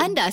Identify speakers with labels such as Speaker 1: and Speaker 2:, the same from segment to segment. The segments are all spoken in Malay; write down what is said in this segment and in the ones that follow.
Speaker 1: Anda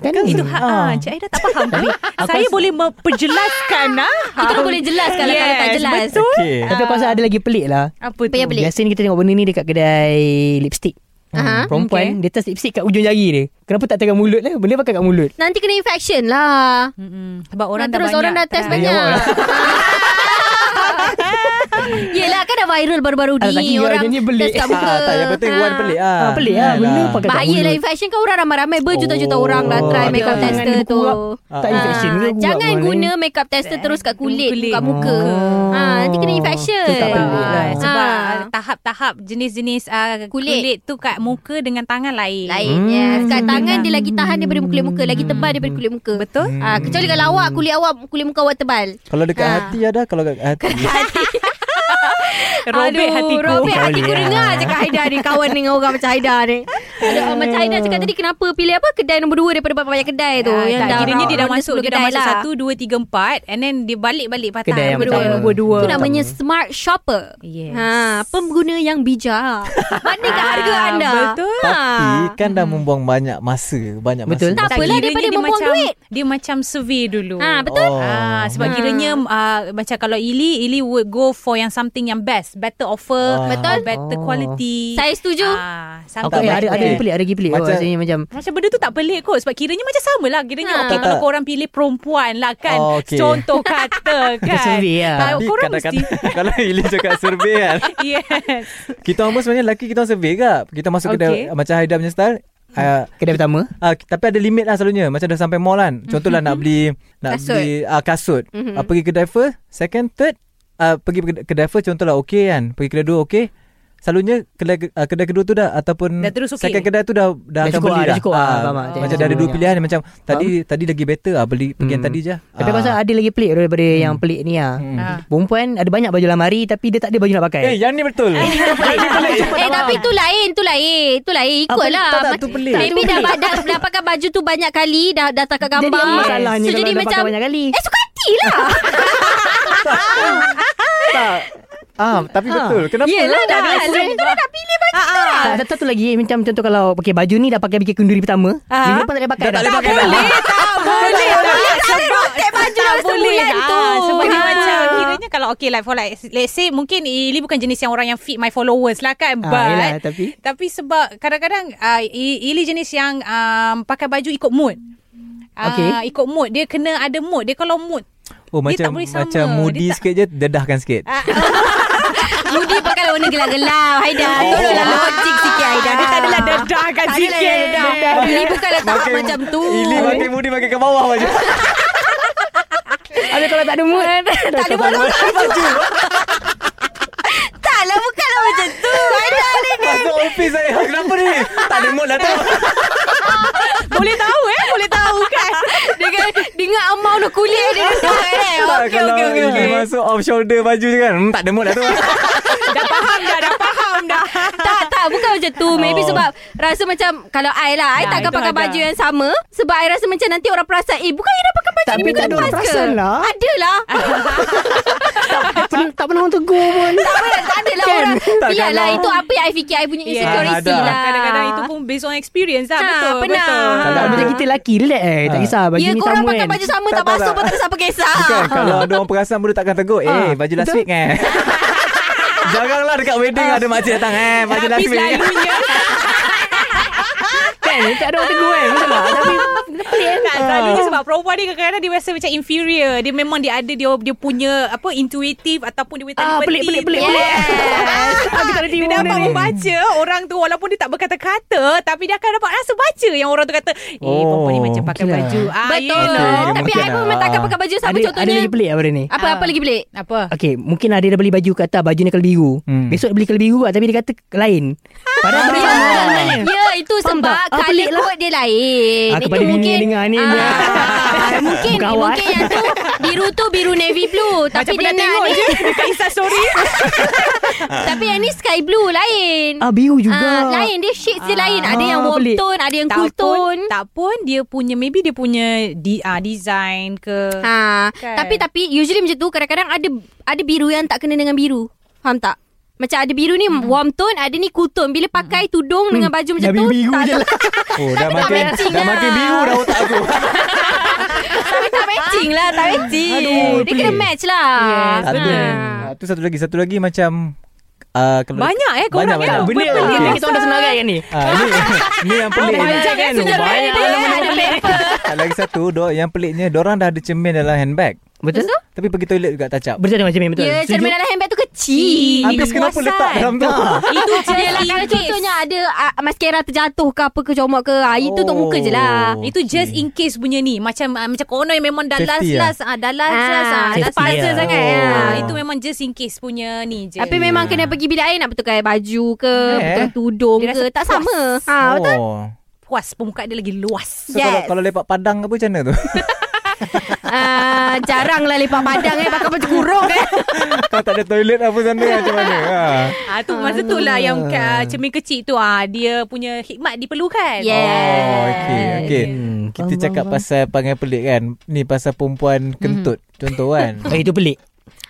Speaker 2: Kan
Speaker 3: itu
Speaker 4: Ha, ah, Cik Haida tak faham. Tapi saya boleh memperjelaskan. ah.
Speaker 5: Kita pun boleh jelaskan lah kalau tak
Speaker 4: Yes,
Speaker 5: jelas.
Speaker 4: betul.
Speaker 3: Okay
Speaker 2: Tapi aku rasa ada lagi pelik lah
Speaker 4: Apa
Speaker 5: Apa yang pelik?
Speaker 2: Biasa ni kita tengok benda ni dekat kedai lipstick
Speaker 3: Hmm,
Speaker 5: Aha.
Speaker 4: Okay.
Speaker 2: Perempuan Dia tas lipstick kat ujung jari dia Kenapa tak tengah mulut lah Benda pakai kat mulut
Speaker 5: Nanti kena infection lah.
Speaker 4: Mm-mm. Sebab orang dah
Speaker 5: terus
Speaker 4: banyak.
Speaker 5: orang dah test
Speaker 4: try.
Speaker 5: banyak. Yelah kan dah viral baru-baru
Speaker 2: Alah, tak
Speaker 5: ni
Speaker 2: kira
Speaker 5: orang
Speaker 2: je ni pelik.
Speaker 5: test kat muka.
Speaker 3: Ah, tak, yang penting
Speaker 5: Ah.
Speaker 3: Wan pelik ah.
Speaker 2: Ah, pelik lah. Benda
Speaker 3: Yalah.
Speaker 2: pakai- kat
Speaker 5: Bahaya lah
Speaker 2: mulut.
Speaker 5: infection kan orang ramai-ramai berjuta-juta
Speaker 3: Oh.
Speaker 5: orang lah try
Speaker 3: Ada.
Speaker 5: makeup
Speaker 4: Tangan
Speaker 5: tester
Speaker 2: dia
Speaker 5: tu.
Speaker 2: berkurap. Tak
Speaker 3: Ah.
Speaker 2: infection ke
Speaker 5: Ah,
Speaker 2: buat
Speaker 5: jangan
Speaker 2: orang ni?
Speaker 5: guna makeup tester terus kat kulit,
Speaker 4: Kulit.
Speaker 5: kat muka.
Speaker 2: Oh.
Speaker 5: Ha, nanti kena infection.
Speaker 2: Tu tak
Speaker 4: Ah,
Speaker 2: pelik lah.
Speaker 4: Sebab
Speaker 5: Ah.
Speaker 4: ah, tahap-tahap jenis-jenis ah,
Speaker 5: Kulit.
Speaker 4: kulit. kulit tu kat muka dengan tangan lain. Ah,
Speaker 5: Lain hmm. yes. Kat tangan dia lagi tahan daripada kulit muka Lagi tebal daripada kulit muka
Speaker 4: Betul?
Speaker 5: Ah, kecuali kalau awak kulit awak kulit muka awak tebal.
Speaker 3: Kalau dekat
Speaker 5: Ah.
Speaker 3: hati ada Kalau dekat hati
Speaker 4: Robek
Speaker 5: Aduh,
Speaker 4: hatiku.
Speaker 5: Robek
Speaker 2: Tak
Speaker 5: hatiku
Speaker 2: boleh,
Speaker 5: dengar
Speaker 2: ah.
Speaker 5: cakap Haida ni kawan dengan orang macam Haida ni. Aduh, oh, macam Haida cakap tadi kenapa pilih apa kedai nombor 2 daripada banyak kedai tu.
Speaker 4: Ah, tak, kiranya dia dah
Speaker 5: orang
Speaker 4: masuk
Speaker 5: sebelum
Speaker 4: Dia dah
Speaker 5: kedai
Speaker 4: masuk
Speaker 5: lah.
Speaker 4: Satu, dua, tiga, empat And then dia balik-balik patah
Speaker 2: Kedai yang
Speaker 5: pertama.
Speaker 4: nombor dua
Speaker 5: Itu namanya smart shopper.
Speaker 4: Yes.
Speaker 5: Ha, pengguna yang bijak. Manakah harga
Speaker 4: Ah,
Speaker 5: anda?
Speaker 4: betul.
Speaker 5: Ha.
Speaker 3: Tapi kan dah membuang banyak masa Banyak
Speaker 2: Betul.
Speaker 3: masa
Speaker 5: Tak apalah,
Speaker 4: kiranya
Speaker 5: daripada
Speaker 4: dia
Speaker 5: membuang
Speaker 4: macam,
Speaker 5: duit.
Speaker 4: Dia macam survey dulu
Speaker 5: Ha, betul.
Speaker 3: Oh.
Speaker 4: Ah, sebab
Speaker 5: Hmm.
Speaker 4: kiranya ah, macam kalau Ili Ili would go for yang something yang best, better offer,
Speaker 3: Ah.
Speaker 5: Betul.
Speaker 4: or better
Speaker 2: Oh.
Speaker 4: quality.
Speaker 5: Saya setuju.
Speaker 4: Ah,
Speaker 2: Aku,
Speaker 4: something
Speaker 2: eh,
Speaker 4: like
Speaker 2: ada, ada lagi
Speaker 4: that.
Speaker 2: pelik Ada lagi pelik macam,
Speaker 3: Macam-
Speaker 2: oh, Rasanya macam
Speaker 4: Macam benda tu tak pelik kot Sebab kiranya macam sama lah Kiranya
Speaker 5: Ha.
Speaker 4: ha. okay
Speaker 3: Tak,
Speaker 4: Kalau
Speaker 3: tak.
Speaker 4: korang pilih perempuan lah kan
Speaker 3: Oh, okey.
Speaker 4: Contoh kata
Speaker 2: Kita
Speaker 4: kan
Speaker 2: survey lah.
Speaker 4: Tak,
Speaker 3: Tapi
Speaker 4: Korang mesti
Speaker 3: kadang-kadang Kalau Ili cakap survey kan
Speaker 4: Yes
Speaker 3: Kita orang pun sebenarnya Lelaki kita orang survey kak Kita masuk kedai
Speaker 4: Okay.
Speaker 3: Macam Haida punya style uh,
Speaker 2: Kedai pertama
Speaker 3: Ah, tapi ada limit lah selalunya Macam dah sampai mall kan Contohlah nak beli Nak
Speaker 5: Kasut.
Speaker 3: beli ah, kasut
Speaker 5: Mhm.
Speaker 3: mm-hmm. ah, Pergi kedai first Second, third ah, Pergi ke- kedai first Contohlah okey kan Pergi kedai dua okey Selalunya kedai, ke- ah, kedai kedua tu dah Ataupun
Speaker 4: Dah terus okey.
Speaker 3: Second kedai tu dah Dah, akan
Speaker 2: Dah cukup
Speaker 3: beli
Speaker 2: lah, dah cukup lah. Faham tak?
Speaker 3: Macam
Speaker 2: Macam
Speaker 3: dah ada dua
Speaker 2: banyak.
Speaker 3: pilihan Macam tadi tadi lagi better lah Beli pergi yang
Speaker 2: Hmm.
Speaker 3: tadi je
Speaker 2: Tapi
Speaker 3: Ah.
Speaker 2: pasal ada lagi pelik Daripada yang pelik ni lah
Speaker 3: Hmm.
Speaker 4: Ah.
Speaker 2: Perempuan ada banyak baju lamari Tapi dia tak ada baju nak pakai
Speaker 3: Eh yang ni betul
Speaker 5: Eh tapi tu lain Tu lain Tu lain Ikutlah
Speaker 3: Apa- tak, tak, tu pelik.
Speaker 5: Maybe dah, dah, dah pakai baju tu Banyak kali Dah dah tak gambar
Speaker 2: Jadi apa
Speaker 5: So
Speaker 2: masalahnya Kalau
Speaker 5: jadi
Speaker 2: dah
Speaker 5: macam
Speaker 2: pakai banyak kali
Speaker 5: Eh suka hati lah
Speaker 3: Tak Ah, tapi
Speaker 2: Ah.
Speaker 3: betul Kenapa
Speaker 5: Yelah dah Sebelum tu dah pilih baju tu lah
Speaker 2: tak, satu lagi Macam contoh kalau Pakai baju ni Dah pakai bikin kenduri pertama
Speaker 4: Ah.
Speaker 2: Minggu depan tak boleh pakai
Speaker 3: Tak boleh pakai dah.
Speaker 4: tak boleh tak boleh rotate
Speaker 5: baju dalam sebulan tu.
Speaker 4: sebab dia
Speaker 5: Ha.
Speaker 4: macam kiranya kalau okay like for like let's say mungkin Ili bukan jenis yang orang yang feed my followers lah kan
Speaker 2: Ah,
Speaker 4: but
Speaker 2: yelah, tapi-
Speaker 4: tapi sebab kadang-kadang uh, Ili jenis yang um, pakai baju ikut mood Ah,
Speaker 2: Okay.
Speaker 4: ikut mood dia kena ada mood dia kalau mood
Speaker 3: Oh
Speaker 4: Dia
Speaker 3: macam
Speaker 4: tak boleh sama.
Speaker 3: Macam
Speaker 4: Dia
Speaker 3: moody
Speaker 4: tak-
Speaker 3: sikit je Dedahkan sikit
Speaker 4: ah,
Speaker 5: Budi pakai warna gelap-gelap Haida Tolonglah logik Oh, sikit Haida
Speaker 4: dia tak adalah dedah kan
Speaker 5: Tak adalah
Speaker 4: sikit
Speaker 5: dedah. Ini bukanlah tahap
Speaker 3: Makin-
Speaker 5: macam tu
Speaker 3: Ili makin moody makin ke bawah baju
Speaker 2: Habis kalau tak ada mood
Speaker 5: Tak ada warna
Speaker 3: Baju
Speaker 5: Tak lah Bukanlah macam tu Haida ni
Speaker 3: Masuk office saya Kenapa ni Tak ada mood lah tu
Speaker 4: boleh tahu eh boleh tahu kan
Speaker 5: Dengan Dengan amau no kulit Dia tak eh
Speaker 3: Tak,
Speaker 5: Okey
Speaker 3: Kalau
Speaker 5: okey okey
Speaker 3: Ili masuk off shoulder baju je kan hmm, Tak ada mood lah tu
Speaker 4: dah faham dah dah faham dah
Speaker 5: Tak tak Bukan macam macam tu Maybe
Speaker 3: Oh.
Speaker 5: sebab Rasa macam Kalau I lah I
Speaker 4: Ya,
Speaker 5: takkan
Speaker 4: itu
Speaker 5: pakai
Speaker 4: ada.
Speaker 5: baju yang sama Sebab I rasa macam Nanti orang perasan Eh bukan I dah pakai baju
Speaker 2: Tapi
Speaker 5: minggu
Speaker 2: tak ada orang
Speaker 5: lepas ke?"
Speaker 2: perasan lah.
Speaker 5: Adalah
Speaker 2: tak, pernah, tak pernah orang tegur pun
Speaker 5: Tak pernah Tak adalah
Speaker 2: Kan?
Speaker 5: orang
Speaker 2: Takkan
Speaker 5: Biarlah
Speaker 2: lah.
Speaker 5: itu apa yang I fikir I punya
Speaker 4: Yeah.
Speaker 5: insecurity
Speaker 3: Ah, ada.
Speaker 5: lah
Speaker 4: Ya, Kadang-kadang itu pun based on experience lah.
Speaker 5: Ha,
Speaker 4: betul,
Speaker 5: pernah.
Speaker 4: betul.
Speaker 2: Kalau
Speaker 5: Ah.
Speaker 2: macam kita lelaki Relax eh Tak
Speaker 3: Ah.
Speaker 2: kisah Baju
Speaker 5: Ya
Speaker 2: ni
Speaker 5: korang
Speaker 2: sama
Speaker 5: pakai
Speaker 2: kan
Speaker 5: baju sama
Speaker 3: Tak,
Speaker 5: Tak,
Speaker 3: tak,
Speaker 5: basuh
Speaker 3: tak.
Speaker 5: pun tak ada siapa kisah
Speaker 3: Bukan Kalau ada orang perasan Benda takkan tegur Eh
Speaker 2: Ah,
Speaker 3: baju last week eh Janganlah dekat wedding Ada makcik datang eh Baju
Speaker 4: Tapi
Speaker 3: last week
Speaker 4: selalunya
Speaker 2: Kan tak ada orang tegur kan Betul lah Tapi
Speaker 4: Tak, selalunya sebab perempuan Kan? ni kadang-kadang dia rasa macam inferior. Dia memang dia ada dia dia punya apa intuitif ataupun dia punya
Speaker 2: Ah,
Speaker 4: telepati.
Speaker 2: pelik, pelik, pelik,
Speaker 4: Yes.
Speaker 2: pelik. Aku tak ada tipu
Speaker 4: Dia
Speaker 2: benda
Speaker 4: dapat
Speaker 2: ni.
Speaker 4: membaca orang tu walaupun dia tak berkata-kata tapi dia akan dapat rasa baca yang orang tu kata eh
Speaker 3: Oh,
Speaker 4: perempuan ni macam pakai
Speaker 2: okey lah.
Speaker 4: baju. Ah,
Speaker 5: Betul
Speaker 4: you know.
Speaker 3: Okay,
Speaker 5: Tapi
Speaker 3: mungkin
Speaker 5: I pun
Speaker 3: lah.
Speaker 5: memang takkan pakai baju sama
Speaker 2: ada, ada
Speaker 5: Contohnya Ah.
Speaker 2: lagi pelik lah benda ni
Speaker 5: Apa
Speaker 4: Ah.
Speaker 5: apa lagi pelik
Speaker 4: Apa?
Speaker 2: Okay Mungkin ada dia beli baju Kat atas baju ni kalau biru
Speaker 3: Hmm.
Speaker 2: Besok dia beli kalau biru lah, Tapi dia kata lain Padahal benda
Speaker 5: Ya,
Speaker 2: sama
Speaker 5: ya, itu
Speaker 2: Faham
Speaker 5: sebab
Speaker 2: tak? Ah,
Speaker 5: colour
Speaker 2: pelik lah.
Speaker 5: code dia lain.
Speaker 2: Ah,
Speaker 5: itu
Speaker 2: kepada bini
Speaker 5: mungkin,
Speaker 2: yang dengar ni, dia.
Speaker 5: Ah, mungkin
Speaker 2: Bukan awak,
Speaker 5: mungkin
Speaker 2: eh.
Speaker 5: yang tu biru tu biru navy blue,
Speaker 4: Macam
Speaker 5: tapi dia
Speaker 4: pernah
Speaker 5: nak
Speaker 4: tengok
Speaker 5: ni,
Speaker 4: je dekat Insta story.
Speaker 5: tapi yang ni sky blue lain.
Speaker 2: Ah biru juga
Speaker 5: Ah, lain dia shades dia lain. Ada yang
Speaker 2: Ah,
Speaker 5: warm
Speaker 2: pelik.
Speaker 5: tone, ada yang
Speaker 4: tak
Speaker 5: cool
Speaker 4: pun,
Speaker 5: tone.
Speaker 4: tak pun dia punya maybe dia punya di, ah, design ke.
Speaker 5: Ha,
Speaker 4: Kan?
Speaker 5: tapi tapi usually macam tu kadang-kadang ada ada biru yang tak kena dengan biru. Faham tak? Macam ada biru ni
Speaker 2: Hmm.
Speaker 5: warm tone, ada ni cool tone. Bila pakai tudung dengan baju macam
Speaker 2: Dah
Speaker 5: tu, tak,
Speaker 2: biru Hmm. je lah
Speaker 3: Oh dah
Speaker 5: Tak
Speaker 3: makin
Speaker 5: matching
Speaker 3: Dah
Speaker 5: lah.
Speaker 3: makin biru dah otak aku
Speaker 5: Tapi tak matching lah Tak matching
Speaker 2: Aduh,
Speaker 5: Dia kena
Speaker 2: pelik.
Speaker 5: match lah
Speaker 4: Yes,
Speaker 3: Tak tu Ah, tu satu lagi Satu lagi macam uh, kalau
Speaker 4: Banyak eh
Speaker 5: ya.
Speaker 3: Banyak,
Speaker 4: korang eh.
Speaker 3: banyak.
Speaker 2: Benda
Speaker 4: Pelik
Speaker 2: okay.
Speaker 4: biasa.
Speaker 2: Kita orang dah senang kan yang ni
Speaker 3: Ah, ni, ni
Speaker 5: Oh,
Speaker 3: yang pelik ni.
Speaker 4: Panjang kan?
Speaker 5: Sudah
Speaker 2: Banyak lah.
Speaker 5: paper, ada paper.
Speaker 3: Ah, Lagi satu do, Yang peliknya Diorang dah ada cermin dalam handbag
Speaker 2: Betul
Speaker 3: Tapi pergi toilet juga touch up
Speaker 2: Betul macam ni betul
Speaker 5: Ya cermin dalam handbag tu kecil
Speaker 3: Habis kenapa
Speaker 5: Kepuasan.
Speaker 3: letak dalam tu
Speaker 4: Itu
Speaker 5: Yelah,
Speaker 4: jelah
Speaker 5: kalau contohnya ada uh, mascara terjatuh ke apa ke comot ke ah, Itu untuk muka je lah
Speaker 3: Oh.
Speaker 4: Itu just in case punya ni Macam uh, macam corona yang memang dah
Speaker 3: Safety lah.
Speaker 4: last last ah, Dah last
Speaker 5: Ah,
Speaker 4: last ah, Last
Speaker 2: safety
Speaker 4: last
Speaker 2: lah.
Speaker 4: sangat
Speaker 3: Oh.
Speaker 4: ah. Itu memang just in case punya ni je
Speaker 5: Tapi memang kena pergi bilik air nak betulkan baju ke
Speaker 3: Eh.
Speaker 5: Betulkan tudung
Speaker 4: Dia
Speaker 5: ke
Speaker 4: rasa
Speaker 5: Tak sama ha, betul?
Speaker 3: oh.
Speaker 4: Puas permukaan dia lagi luas
Speaker 3: So kalau, kalau lepak padang ke apa macam mana tu
Speaker 5: Ah, Jarang lah lepak padang eh Pakai baju kurung eh
Speaker 3: Kalau tak ada toilet apa sana Macam mana ha.
Speaker 4: Ah tu masa tu lah yang uh, cermin kecil tu ah dia punya hikmat diperlukan.
Speaker 5: Yes.
Speaker 3: Oh okay, okay.
Speaker 2: Hmm,
Speaker 3: Kita cakap pasal Pangai pelik kan Ni pasal perempuan kentut Contoh kan
Speaker 2: Eh itu pelik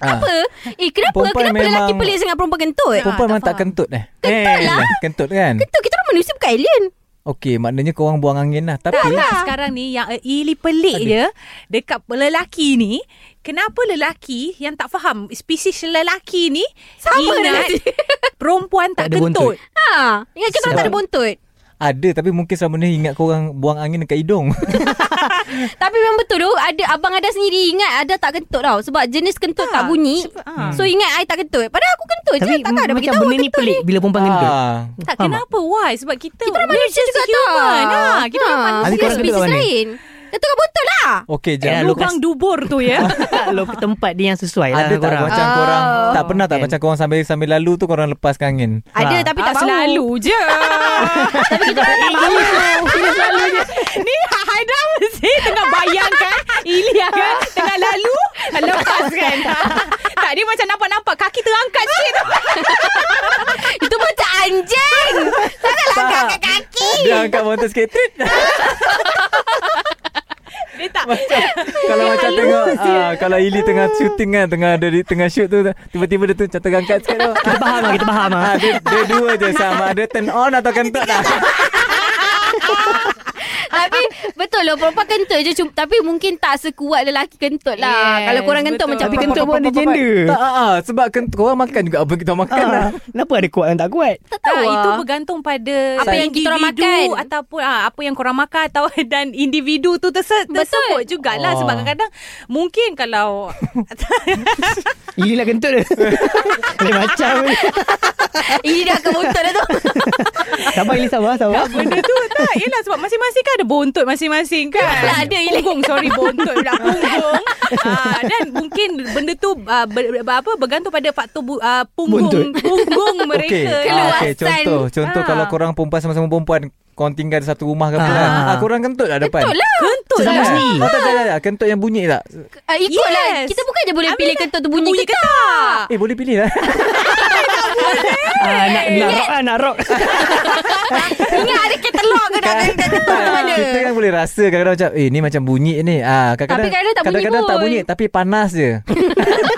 Speaker 3: Ah,
Speaker 5: Mhm. Apa? Eh kenapa?
Speaker 3: Perempuan
Speaker 5: kenapa
Speaker 3: memang-
Speaker 5: lelaki pelik sangat perempuan kentut?
Speaker 3: Perempuan memang tak kentut eh Kentut
Speaker 5: lah.
Speaker 3: Kentut kan
Speaker 5: Kentut kita orang manusia bukan alien
Speaker 3: Okay maknanya korang buang angin lah Tapi
Speaker 4: Tapi sekarang ni yang ili pelik
Speaker 3: Aduh.
Speaker 4: dia dekat lelaki ni kenapa lelaki yang tak faham spesies lelaki ni
Speaker 5: Sama
Speaker 4: ingat
Speaker 5: lelaki.
Speaker 4: perempuan tak,
Speaker 2: Tak ada
Speaker 4: kentut.
Speaker 2: buntut.
Speaker 5: Ha Ingat kita orang tak ada
Speaker 3: Sebab-
Speaker 5: buntut
Speaker 3: Ada tapi mungkin selama ni ingat korang buang angin dekat hidung.
Speaker 5: Tapi memang betul tu ada, Abang Ada sendiri ingat Ada tak kentut tau Sebab jenis kentut tak,
Speaker 4: Tak,
Speaker 5: bunyi
Speaker 4: sebab- ah.
Speaker 5: So ingat I tak kentut Padahal aku kentut je
Speaker 2: Tapi
Speaker 5: Takkan Oh, ada
Speaker 2: macam
Speaker 5: beritahu
Speaker 2: benda ni
Speaker 5: kentut
Speaker 2: pelik Bila perempuan kentut
Speaker 3: Ah.
Speaker 4: Tak
Speaker 2: Faham
Speaker 4: kenapa why? Sebab kita
Speaker 5: Kita orang
Speaker 4: we're
Speaker 5: manusia
Speaker 4: just
Speaker 5: juga tau
Speaker 4: human. Ah, kita orang
Speaker 5: Ha,
Speaker 4: manusia.
Speaker 3: Adik
Speaker 5: Bukan
Speaker 3: korang kentut
Speaker 5: spesies
Speaker 3: kat mana?
Speaker 5: lain Kentut kat buntut lah
Speaker 3: Okey,
Speaker 2: Eh,
Speaker 3: jangan
Speaker 2: lu-
Speaker 4: Lubang dubur tu ya.
Speaker 2: Tak lo ke tempat dia yang sesuai lah
Speaker 3: ada tak
Speaker 2: korang.
Speaker 3: macam
Speaker 5: Oh.
Speaker 3: korang tak pernah tak
Speaker 2: Kan.
Speaker 3: macam korang sambil sambil lalu tu korang lepaskan angin.
Speaker 5: Ada
Speaker 2: Ah.
Speaker 5: tapi tak
Speaker 4: Ah,
Speaker 5: bau
Speaker 4: selalu je.
Speaker 5: Tapi kita orang tak bau
Speaker 4: Ni Haida mesti tengah bayangkan Ilia kan tengah lalu lepas kan. tak dia macam nampak-nampak kaki terangkat sikit tu.
Speaker 5: Itu macam anjing Takkanlah angkat kaki
Speaker 3: Dia angkat motor sikit. Trit.
Speaker 4: Dia tak
Speaker 3: kalau macam tengok ah, kalau Ili tengah shooting kan, tengah ada di tengah shoot tu tiba-tiba dia tu macam terangkat sikit tu.
Speaker 2: Kita faham lah, kita faham lah.
Speaker 3: Ah, dia, dia dua je sama ada turn on atau kentut lah.
Speaker 5: Tapi betul lah Perempuan kentut je cum- Tapi mungkin tak sekuat lelaki kentut lah
Speaker 4: Yes,
Speaker 5: Kalau korang kentut
Speaker 4: betul.
Speaker 5: macam
Speaker 2: Tapi kentut pun ada gender.
Speaker 3: Tak ah, ah, sebab kentut korang makan juga apa kita makan lah.
Speaker 2: Ah, Kenapa ada kuat yang tak kuat?
Speaker 5: Tak
Speaker 4: Tak,
Speaker 5: tahu lah.
Speaker 4: itu bergantung pada
Speaker 5: Apa yang kita orang
Speaker 4: individu
Speaker 5: makan.
Speaker 4: ataupun ah, apa yang korang makan atau dan individu tu terse- tersebut jugalah
Speaker 3: Oh.
Speaker 4: sebab kadang-kadang mungkin kalau
Speaker 2: Gila lah kentut dia. Lain macam. ni.
Speaker 5: Ini dah kebuntut dah lah tu
Speaker 2: Sabar Ili sabar sabar.
Speaker 4: benda tu tak yelah sebab masing-masing kan ada buntut masing-masing kan
Speaker 5: Yelah, ada, yelah.
Speaker 4: punggung sorry buntut pula punggung ah, dan mungkin benda tu ah, ber, ber, apa bergantung pada faktor bu, ah, punggung
Speaker 2: Buntut.
Speaker 4: punggung mereka
Speaker 3: Okey,
Speaker 4: Keluar.
Speaker 3: ah, okey,
Speaker 5: Keluasan.
Speaker 3: contoh, contoh
Speaker 4: Ah.
Speaker 3: kalau korang perempuan sama-sama perempuan Korang tinggal di satu rumah ke apa
Speaker 2: Ah.
Speaker 3: kan ah, Korang kentut lah depan
Speaker 5: Betul lah
Speaker 4: Kentut
Speaker 2: Sesama
Speaker 4: lah.
Speaker 2: sendiri.
Speaker 3: Oh tak, tak, tak, tak. Kentut yang bunyi lah. tak
Speaker 5: uh, Ikut yes. lah
Speaker 4: Yes.
Speaker 5: Kita bukan je boleh
Speaker 4: Ambil
Speaker 5: pilih
Speaker 4: lah.
Speaker 5: kentut tu bunyi,
Speaker 4: Bunyi
Speaker 5: ke
Speaker 4: ke
Speaker 5: tak
Speaker 3: Eh boleh pilih lah
Speaker 5: Eh,
Speaker 2: Ah, nak, nak rock ah, nak rock.
Speaker 5: Ingat ada katalog ke nak kentut tu mana
Speaker 3: Kita kan boleh rasa kadang-kadang macam Eh ni macam bunyi ni ah, kadang-kadang,
Speaker 5: Tapi kadang-kadang tak bunyi
Speaker 3: kadang-kadang tak
Speaker 5: pun.
Speaker 3: bunyi Tapi panas je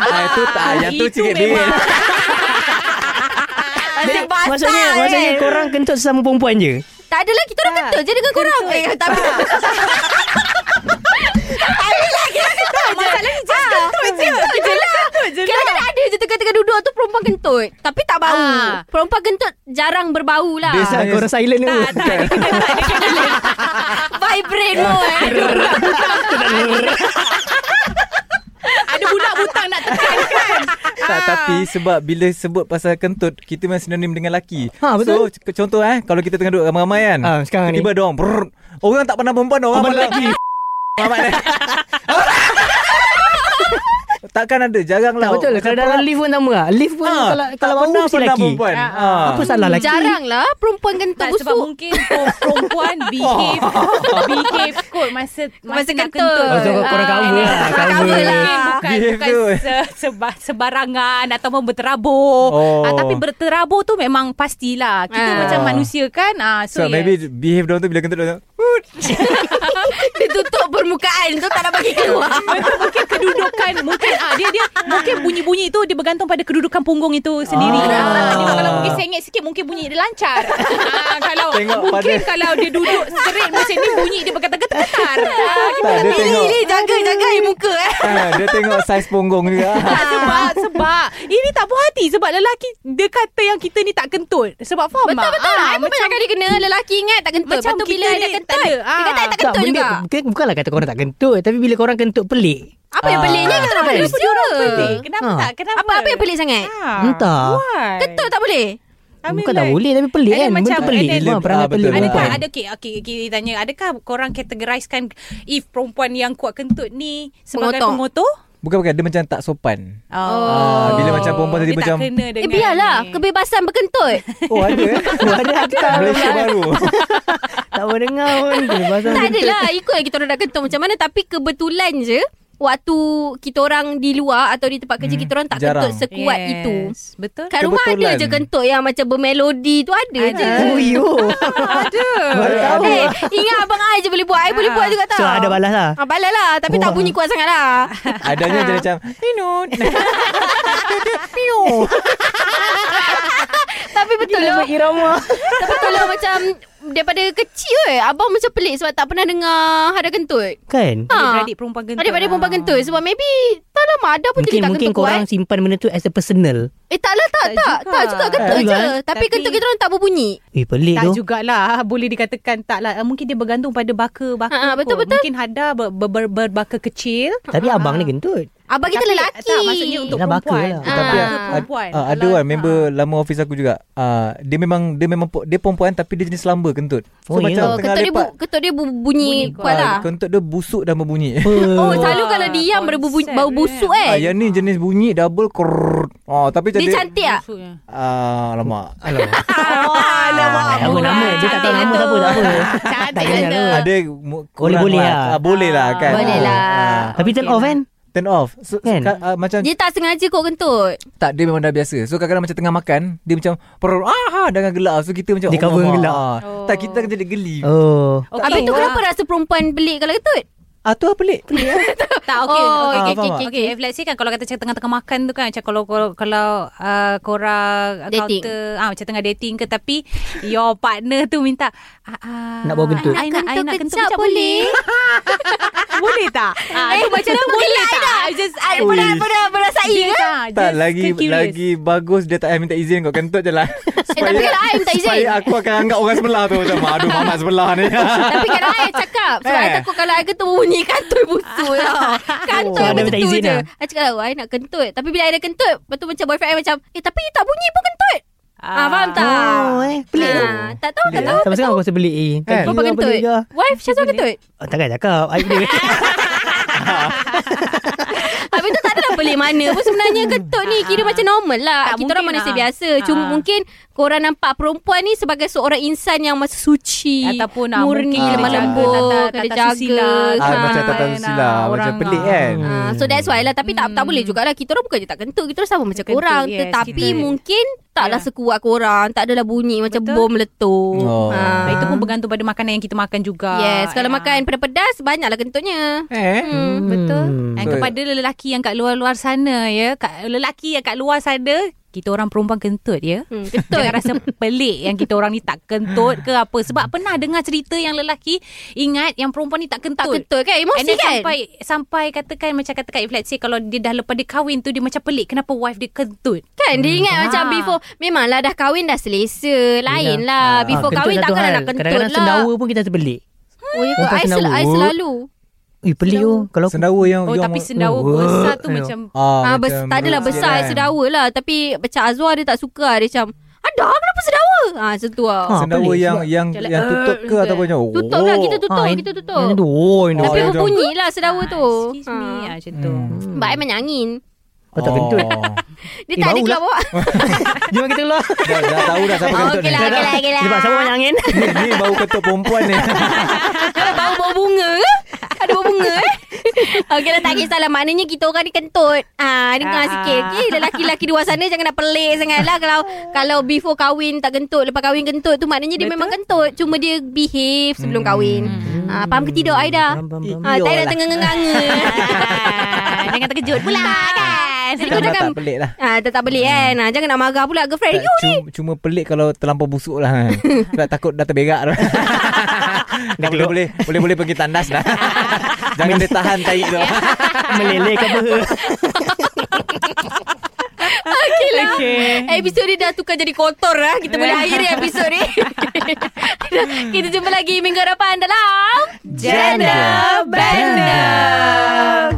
Speaker 3: ah, Itu tak Yang tu
Speaker 4: Itu
Speaker 3: cikit bingit
Speaker 4: memang-
Speaker 5: Masih basah
Speaker 2: Maksudnya,
Speaker 5: eh. Ah,
Speaker 2: maksudnya korang kentut sesama perempuan je.
Speaker 5: Tak adalah kita orang kentut Ha. je dengan korang Eh tapi Adalah kita kentut je Masalahnya just kentut je Kentut je lah Kadang-kadang ada je tengah-tengah duduk tu perempuan kentut Tapi tak bau
Speaker 4: Ah.
Speaker 5: Perempuan kentut jarang berbau lah
Speaker 3: Dia
Speaker 2: Ah,
Speaker 3: Saya-
Speaker 2: korang silent tu.
Speaker 5: Vibrate more eh
Speaker 4: Ada budak butang nak tekan kan
Speaker 3: tak, Tapi sebab bila sebut pasal kentut Kita memang sinonim dengan laki
Speaker 2: Ha,
Speaker 3: So
Speaker 2: betul.
Speaker 3: c- contoh eh Kalau kita tengah duduk ramai-ramai kan
Speaker 2: Ah, sekarang ni. Oh,
Speaker 3: Tiba dia orang brrr, Orang tak pandang perempuan Orang
Speaker 2: Orang
Speaker 3: pandang lelaki Mamat dah. Takkan ada Jarang lah
Speaker 2: Tak betul. Kalau dalam lift pun sama lah. Lift pun
Speaker 3: Ah,
Speaker 2: kalau,
Speaker 3: tak
Speaker 2: kalau bau
Speaker 3: pernah
Speaker 2: mesti
Speaker 3: pandang
Speaker 2: lelaki.
Speaker 3: perempuan. Ah.
Speaker 2: Apa salah lelaki?
Speaker 5: Jarang lah perempuan kentut
Speaker 4: tak,
Speaker 5: busuk
Speaker 4: Sebab mungkin perempuan behave Behave kot masa,
Speaker 5: Oh. Masa
Speaker 4: masa, nak
Speaker 5: kentut.
Speaker 4: kentut
Speaker 3: Oh,
Speaker 2: Masa kor- korang
Speaker 4: Ah,
Speaker 2: cover
Speaker 4: korang
Speaker 2: lah, cover.
Speaker 4: cover lah. Bukan,
Speaker 3: Behave
Speaker 4: bukan
Speaker 3: kot.
Speaker 4: se- seba- sebarangan Ataupun berterabur
Speaker 3: Oh.
Speaker 4: Ah, Tapi berterabur tu memang pastilah Kita
Speaker 5: Ah.
Speaker 4: macam manusia kan ah,
Speaker 3: So,
Speaker 4: So, yes.
Speaker 3: maybe behave dia tu bila kentut dia
Speaker 5: Dia tutup permukaan tu tak nak bagi keluar
Speaker 4: Betul, mungkin kedudukan mungkin ah dia dia mungkin bunyi-bunyi tu dia bergantung pada kedudukan punggung itu sendiri.
Speaker 3: Ah.
Speaker 4: Ah. Dia kalau mungkin sengit sikit mungkin bunyi dia lancar. ah, kalau
Speaker 3: Tengok
Speaker 4: mungkin
Speaker 3: pada-
Speaker 4: kalau dia duduk straight macam ni bunyi dia bergetar-getar. Ah,
Speaker 3: Tak,
Speaker 4: kita
Speaker 3: dia
Speaker 4: tak-
Speaker 3: tengok
Speaker 5: Pilih jaga-jaga air muka eh
Speaker 3: ah, Dia tengok saiz punggung juga
Speaker 5: Ah.
Speaker 4: tak, Ah, sebab sebab ini tak puas hati sebab lelaki dia kata yang kita ni tak kentut. Sebab faham
Speaker 5: Betul
Speaker 4: tak?
Speaker 5: betul
Speaker 4: Ah,
Speaker 5: lah. Aku
Speaker 4: macam-
Speaker 5: banyak kali kena lelaki ingat tak kentut.
Speaker 4: Macam
Speaker 5: Macam Lepas tu
Speaker 4: kita
Speaker 5: bila
Speaker 4: ni
Speaker 5: ada
Speaker 4: tak
Speaker 5: kentut,
Speaker 4: ada.
Speaker 5: dia kata
Speaker 2: Ah,
Speaker 5: "I tak kentut juga.
Speaker 2: bukan, bukanlah kata korang tak kentut. Tapi bila korang kentut pelik.
Speaker 5: Apa yang
Speaker 3: Ah.
Speaker 5: peliknya kita orang manusia.
Speaker 4: pelik. Kenapa
Speaker 2: Ah.
Speaker 4: tak? Kenapa?
Speaker 5: Apa apa yang pelik sangat?
Speaker 4: Ah.
Speaker 2: Entah.
Speaker 4: Why?
Speaker 5: Kentut tak boleh. Eh,
Speaker 4: I mean,
Speaker 2: bukan tak
Speaker 4: like-
Speaker 2: boleh tapi pelik
Speaker 4: and
Speaker 2: kan.
Speaker 4: then
Speaker 2: Benda
Speaker 4: macam-
Speaker 2: tu pelik.
Speaker 4: and then-
Speaker 2: Memang perangai
Speaker 3: Ah, betul
Speaker 2: pelik
Speaker 3: lah.
Speaker 4: Ada tak?
Speaker 2: perempuan.
Speaker 4: Ada okay, okay, okay, tanya. Adakah korang categorizekan if perempuan yang kuat kentut ni sebagai
Speaker 5: Pengotor.
Speaker 4: pengotor?
Speaker 3: Bukan-bukan Dia macam tak sopan
Speaker 4: Oh.
Speaker 3: Ah, bila macam perempuan tadi
Speaker 4: Dia
Speaker 3: macam-
Speaker 4: tak kena
Speaker 5: Eh
Speaker 4: dengan
Speaker 5: biarlah
Speaker 4: ni.
Speaker 5: kebebasan berkentut.
Speaker 3: Oh ada eh
Speaker 2: Ada aku tak
Speaker 3: Malaysia baru
Speaker 2: Tak pernah dengar pun. Boleh
Speaker 5: tak lah.
Speaker 2: pasang kentut.
Speaker 5: adalah ikut yang kita orang nak kentut macam mana tapi kebetulan je waktu kita orang di luar atau di tempat kerja kita orang tak kentut
Speaker 3: Jarang.
Speaker 5: sekuat
Speaker 4: Yes.
Speaker 5: itu.
Speaker 4: Betul.
Speaker 5: Kat rumah ada
Speaker 3: Kebetulan.
Speaker 5: je kentut yang macam bermelodi tu ada, je. Ah.
Speaker 2: Oh yo.
Speaker 4: Ada.
Speaker 2: Baru tahu.
Speaker 5: Eh, ingat abang I je boleh buat. I boleh buat juga tau.
Speaker 2: So ada balas lah.
Speaker 5: Ah, balas lah. Tapi tak
Speaker 2: Wah.
Speaker 5: bunyi kuat sangat lah.
Speaker 3: Adanya dia macam Minut Piu
Speaker 5: tapi betul lah.
Speaker 2: Irama.
Speaker 5: Tapi kalau macam daripada kecil eh, abang macam pelik sebab tak pernah dengar ada kentut.
Speaker 2: Kan?
Speaker 5: Ha.
Speaker 4: Adik-beradik perempuan kentut.
Speaker 5: Adik-adik perempuan
Speaker 4: Ah.
Speaker 5: kentut sebab maybe tak lama ada pun
Speaker 2: Mungkin
Speaker 5: jadi tak
Speaker 2: mungkin
Speaker 5: kentut eh?
Speaker 2: korang
Speaker 5: kuat.
Speaker 2: simpan benda tu as a personal.
Speaker 5: Eh tak lah tak
Speaker 4: Tak
Speaker 5: tak
Speaker 4: juga.
Speaker 5: tak juga kentut
Speaker 2: Tak
Speaker 5: je.
Speaker 2: juga,
Speaker 5: Tapi,
Speaker 2: eh.
Speaker 5: tapi
Speaker 4: Tapi-
Speaker 5: kentut kita orang tak berbunyi.
Speaker 2: Eh pelik
Speaker 4: Tak
Speaker 2: tu.
Speaker 4: jugalah Boleh dikatakan tak lah Mungkin dia bergantung pada baka, baka
Speaker 5: Ha, ha, betul,
Speaker 4: kot.
Speaker 5: betul.
Speaker 4: Mungkin ada ber, ber, ber, berbaka kecil
Speaker 2: Tapi abang ni kentut.
Speaker 5: Abang kita
Speaker 4: Tapi,
Speaker 5: lelaki. Oh,
Speaker 4: Tak maksudnya untuk
Speaker 2: Yelah, baka
Speaker 4: perempuan
Speaker 2: lah.
Speaker 4: Untuk
Speaker 3: Tapi
Speaker 4: baka
Speaker 5: ah,
Speaker 4: perempuan
Speaker 3: ah, Ada
Speaker 4: Kalau-
Speaker 3: one Member lama office aku juga ah, Dia memang Dia memang po- dia perempuan Tapi dia jenis lamba kentut So
Speaker 2: Oh, ya.
Speaker 3: macam
Speaker 5: Oh,
Speaker 3: tengah
Speaker 5: kentut dia, bu,
Speaker 3: lepak
Speaker 5: kentut dia bu, bunyi,
Speaker 4: Bunyi
Speaker 5: kuat
Speaker 3: ah,
Speaker 5: lah.
Speaker 3: Kentut dia busuk dan berbunyi
Speaker 5: Oh,
Speaker 2: Oh,
Speaker 5: selalu kalau diam
Speaker 4: konsep
Speaker 5: ada berbunyi, bau busuk
Speaker 4: dia.
Speaker 5: eh.
Speaker 3: ah, Yang ni jenis bunyi Double krrrr. ah, Tapi macam
Speaker 5: dia cantik tak?
Speaker 4: Maksudnya.
Speaker 3: ah, Alamak
Speaker 2: Alamak.
Speaker 4: Alamak
Speaker 2: Tak tahu nama. Ah, Dia tak tahu
Speaker 5: Cantik
Speaker 2: nama
Speaker 5: lah
Speaker 2: tak apa. Tak apa.
Speaker 4: tu.
Speaker 2: Tak
Speaker 4: Cantik
Speaker 2: ingat
Speaker 4: lah tu.
Speaker 2: nama.
Speaker 3: Ah, Dia mu-
Speaker 2: Boleh-
Speaker 3: kurang
Speaker 2: boleh lah.
Speaker 3: Ah, Boleh lah kan
Speaker 5: Boleh lah.
Speaker 3: Ah.
Speaker 2: Tapi turn
Speaker 4: Okay
Speaker 2: off
Speaker 4: lah.
Speaker 2: kan?
Speaker 3: Turn off so,
Speaker 2: Kan?
Speaker 3: seka- ah, Macam
Speaker 5: Dia tak sengaja kot kentut.
Speaker 3: Tak dia memang dah biasa So kadang-kadang macam tengah makan Dia macam perut ah, ah, Dengan gelap So kita macam
Speaker 2: Dia cover
Speaker 3: Allah,
Speaker 2: gelap.
Speaker 3: ah. Tak kita akan jadi geli oh.
Speaker 2: Oh.
Speaker 4: Okay.
Speaker 5: Habis tu kenapa rasa perempuan pelik kalau kentut?
Speaker 3: Ah tu apa pelik
Speaker 5: eh? Oh,
Speaker 4: Tak okay
Speaker 3: okay,
Speaker 4: okay, okay,
Speaker 3: faham
Speaker 4: okay, okay,
Speaker 5: tak?
Speaker 4: okay. If let's say kan Kalau kata macam tengah-tengah makan tu kan Macam kalau Kalau, kalau uh, korang
Speaker 5: Dating.
Speaker 4: counter, ah, Macam tengah dating ke Tapi Your partner tu minta ah, ah,
Speaker 2: Nak bawa kentut.
Speaker 4: I I
Speaker 5: Kentut kejap boleh?
Speaker 4: boleh tak? Ah,
Speaker 5: Eh,
Speaker 4: tu
Speaker 5: macam tu
Speaker 4: boleh
Speaker 5: boleh
Speaker 4: tak? I just I
Speaker 3: Ui.
Speaker 5: Pernah pernah pernah saing
Speaker 4: Dia
Speaker 5: ke?
Speaker 4: tak,
Speaker 3: Tak
Speaker 4: just
Speaker 3: lagi
Speaker 4: curious.
Speaker 3: Lagi bagus Dia tak payah minta izin Kau kentut je lah Supaya-
Speaker 5: Eh, tapi kalau I minta izin.
Speaker 3: Supaya aku akan anggap orang sebelah tu Macam aduh mamat sebelah ni
Speaker 5: Tapi kadang I cakap Sebab I
Speaker 3: Eh.
Speaker 5: takut kalau I kentut Bunyi kantoi busuk tau Kantoi oh,
Speaker 2: Oh, dah
Speaker 5: macam
Speaker 2: minta
Speaker 5: tu
Speaker 2: izin
Speaker 5: je
Speaker 2: dah.
Speaker 5: I cakap lah I nak kentut Tapi bila I dah kentut Lepas tu macam boyfriend I macam Eh tapi you tak bunyi pun kentut Ah, faham tak?
Speaker 2: Oh, eh, pelik
Speaker 5: Ah,
Speaker 2: tu.
Speaker 5: Tak tahu tak
Speaker 3: Pelik.
Speaker 5: tahu
Speaker 2: Sampai sekarang aku rasa pelik eh.
Speaker 3: Kan?
Speaker 2: Kentut
Speaker 5: Perempuan
Speaker 2: lah,
Speaker 5: kentut
Speaker 2: pelik lah.
Speaker 5: Wife Syazwan kentut
Speaker 2: Oh, takkan cakap. Aib dia.
Speaker 5: Ah, Habis tu tak ada nak pelik mana pun sebenarnya ketuk ni kira macam normal lah.
Speaker 4: Tak
Speaker 5: Kita orang
Speaker 4: Ah. mungkin
Speaker 5: manusia
Speaker 4: lah.
Speaker 5: biasa.
Speaker 4: Ah.
Speaker 5: Cuma mungkin korang nampak perempuan ni sebagai seorang insan yang masa suci.
Speaker 4: Ataupun, ah,
Speaker 5: murni
Speaker 4: mungkin
Speaker 3: kena kan?
Speaker 5: lemah
Speaker 3: jaga
Speaker 5: lembut,
Speaker 4: tata-
Speaker 5: kena
Speaker 4: tata
Speaker 5: jaga.
Speaker 4: susila.
Speaker 5: Ah,
Speaker 6: Ah, macam
Speaker 4: Ah,
Speaker 6: tata
Speaker 4: lain
Speaker 6: susila
Speaker 4: lah,
Speaker 6: Macam
Speaker 4: orang
Speaker 6: pelik
Speaker 4: lah.
Speaker 3: eh?
Speaker 6: kan
Speaker 5: Ah, so that's
Speaker 4: Hmm.
Speaker 5: why lah Tapi tak tak boleh jugalah Kita orang bukan je tak kentut Kita orang sama macam
Speaker 4: Kentut,
Speaker 5: korang
Speaker 4: yes,
Speaker 5: Tetapi
Speaker 4: kita-
Speaker 5: mungkin Taklah
Speaker 4: Ya.
Speaker 5: sekuat korang Tak adalah bunyi Macam
Speaker 4: Betul.
Speaker 5: bom meletup
Speaker 3: Oh.
Speaker 4: Ah, Itu pun
Speaker 5: bergantung
Speaker 4: bergantung pada makanan yang kita makan juga
Speaker 5: Yes Kalau
Speaker 4: Ah.
Speaker 5: makan pedas-pedas Banyaklah kentutnya
Speaker 3: Eh?
Speaker 5: hmm.
Speaker 4: Betul Dan
Speaker 3: So,
Speaker 4: kepada lelaki yang kat luar-luar sana ya kat, Lelaki yang kat luar sana Kita orang perempuan kentut ya
Speaker 5: Hmm, Kentut
Speaker 4: Jangan rasa pelik yang kita orang ni tak kentut ke apa. Sebab pernah dengar cerita yang lelaki ingat yang perempuan ni tak
Speaker 5: Tak
Speaker 4: kentut.
Speaker 5: kentut kan
Speaker 4: And
Speaker 5: Emosi
Speaker 4: then
Speaker 5: kan
Speaker 4: sampai sampai katakan macam katakan if let's say kalau dia dah lepas dia kahwin tu dia macam pelik kenapa wife dia kentut.
Speaker 5: Kan dia ingat
Speaker 4: Ah.
Speaker 5: macam before Memanglah dah kahwin dah selesa Lain lah
Speaker 3: Ah,
Speaker 5: Before
Speaker 2: kentut
Speaker 5: kahwin
Speaker 2: satu
Speaker 5: takkan
Speaker 2: hal.
Speaker 5: nak kentut
Speaker 2: Kadang-kadang sendawa
Speaker 5: lah
Speaker 2: pun kita terbelik
Speaker 5: Oh ya kot
Speaker 2: Perempuan
Speaker 5: I sel-
Speaker 2: sendawa.
Speaker 5: I selalu
Speaker 2: Eh pelik oh Kalau aku
Speaker 3: Sendawa yang
Speaker 4: Oh,
Speaker 3: yang
Speaker 4: tapi sendawa
Speaker 2: oh,
Speaker 4: besar tu
Speaker 2: ayo.
Speaker 4: macam
Speaker 5: Ah,
Speaker 3: Ah,
Speaker 5: bes-
Speaker 3: macam ya.
Speaker 5: tak adalah
Speaker 3: berat
Speaker 5: besar
Speaker 3: sikit
Speaker 5: sedawa lah Tapi macam Azwar dia tak suka lah. Dia macam Ada kenapa sedawa Ah, Macam tu lah
Speaker 2: Ah,
Speaker 3: Sendawa
Speaker 2: pelik
Speaker 3: yang
Speaker 2: sebab-
Speaker 3: yang
Speaker 5: Macam like,
Speaker 3: yang tutup ke
Speaker 5: gitu
Speaker 3: ataupun
Speaker 5: eh.
Speaker 3: macam oh.
Speaker 5: Tutup lah kita tutup
Speaker 2: Ah,
Speaker 5: Kita tutup
Speaker 2: yang tu, Oh yang
Speaker 5: Tapi
Speaker 3: Oh,
Speaker 2: tu
Speaker 3: yang tu.
Speaker 5: berbunyi lah sedawa tu
Speaker 4: Excuse me ah, macam tu.
Speaker 3: Hmm.
Speaker 5: Sebab I manyangin
Speaker 2: Kau Oh, tak kentut
Speaker 3: Ah.
Speaker 5: Dia
Speaker 2: Eh,
Speaker 5: tak ada
Speaker 2: bau
Speaker 5: keluar
Speaker 2: lah.
Speaker 5: bawa
Speaker 2: Jom kita keluar
Speaker 3: dah, dah tahu dah siapa
Speaker 5: Oh,
Speaker 3: kentut
Speaker 5: okey
Speaker 3: ni.
Speaker 5: lah, okey lah, okey lah.
Speaker 2: Sebab sama banyak angin
Speaker 3: Ni, ni bau kentut perempuan ni.
Speaker 5: Bau bau bunga ke? Ada bau bunga eh? Okey lah tak kisahlah Maknanya kita orang ni kentut Ah, Dengar
Speaker 4: Ah, ah.
Speaker 5: sikit okay? Lelaki-lelaki di luar sana Jangan nak pelik sangat lah Kalau kalau before kahwin tak kentut Lepas kahwin kentut tu Maknanya dia
Speaker 4: Betul.
Speaker 5: memang kentut Cuma dia behave sebelum
Speaker 2: Hmm.
Speaker 5: kahwin ah, Faham ke tidak Aida?
Speaker 2: Faham, faham, faham.
Speaker 5: Ah, tak ada tengah-ngenganga
Speaker 4: Ah, Jangan terkejut pula kan.
Speaker 5: Jadi
Speaker 3: Dah
Speaker 5: kau jangan
Speaker 3: tak pelik lah.
Speaker 5: Ah, tak, tak pelik kan ah, Jangan nak marah pula Girlfriend Eh,
Speaker 3: Tak,
Speaker 5: you
Speaker 3: cuma, cuma pelik kalau terlampau busuk lah kan. Sebab takut dah terberak dah. dah boleh, boleh boleh boleh pergi tandas dah. Jangan dia tahan tai tu.
Speaker 2: Meleleh ke apa
Speaker 5: Okay lah okay. Episod ni dah tukar jadi kotor lah Kita boleh akhiri episod ni
Speaker 4: kan?
Speaker 5: Kita jumpa lagi minggu hadapan dalam
Speaker 3: Gender
Speaker 5: Bender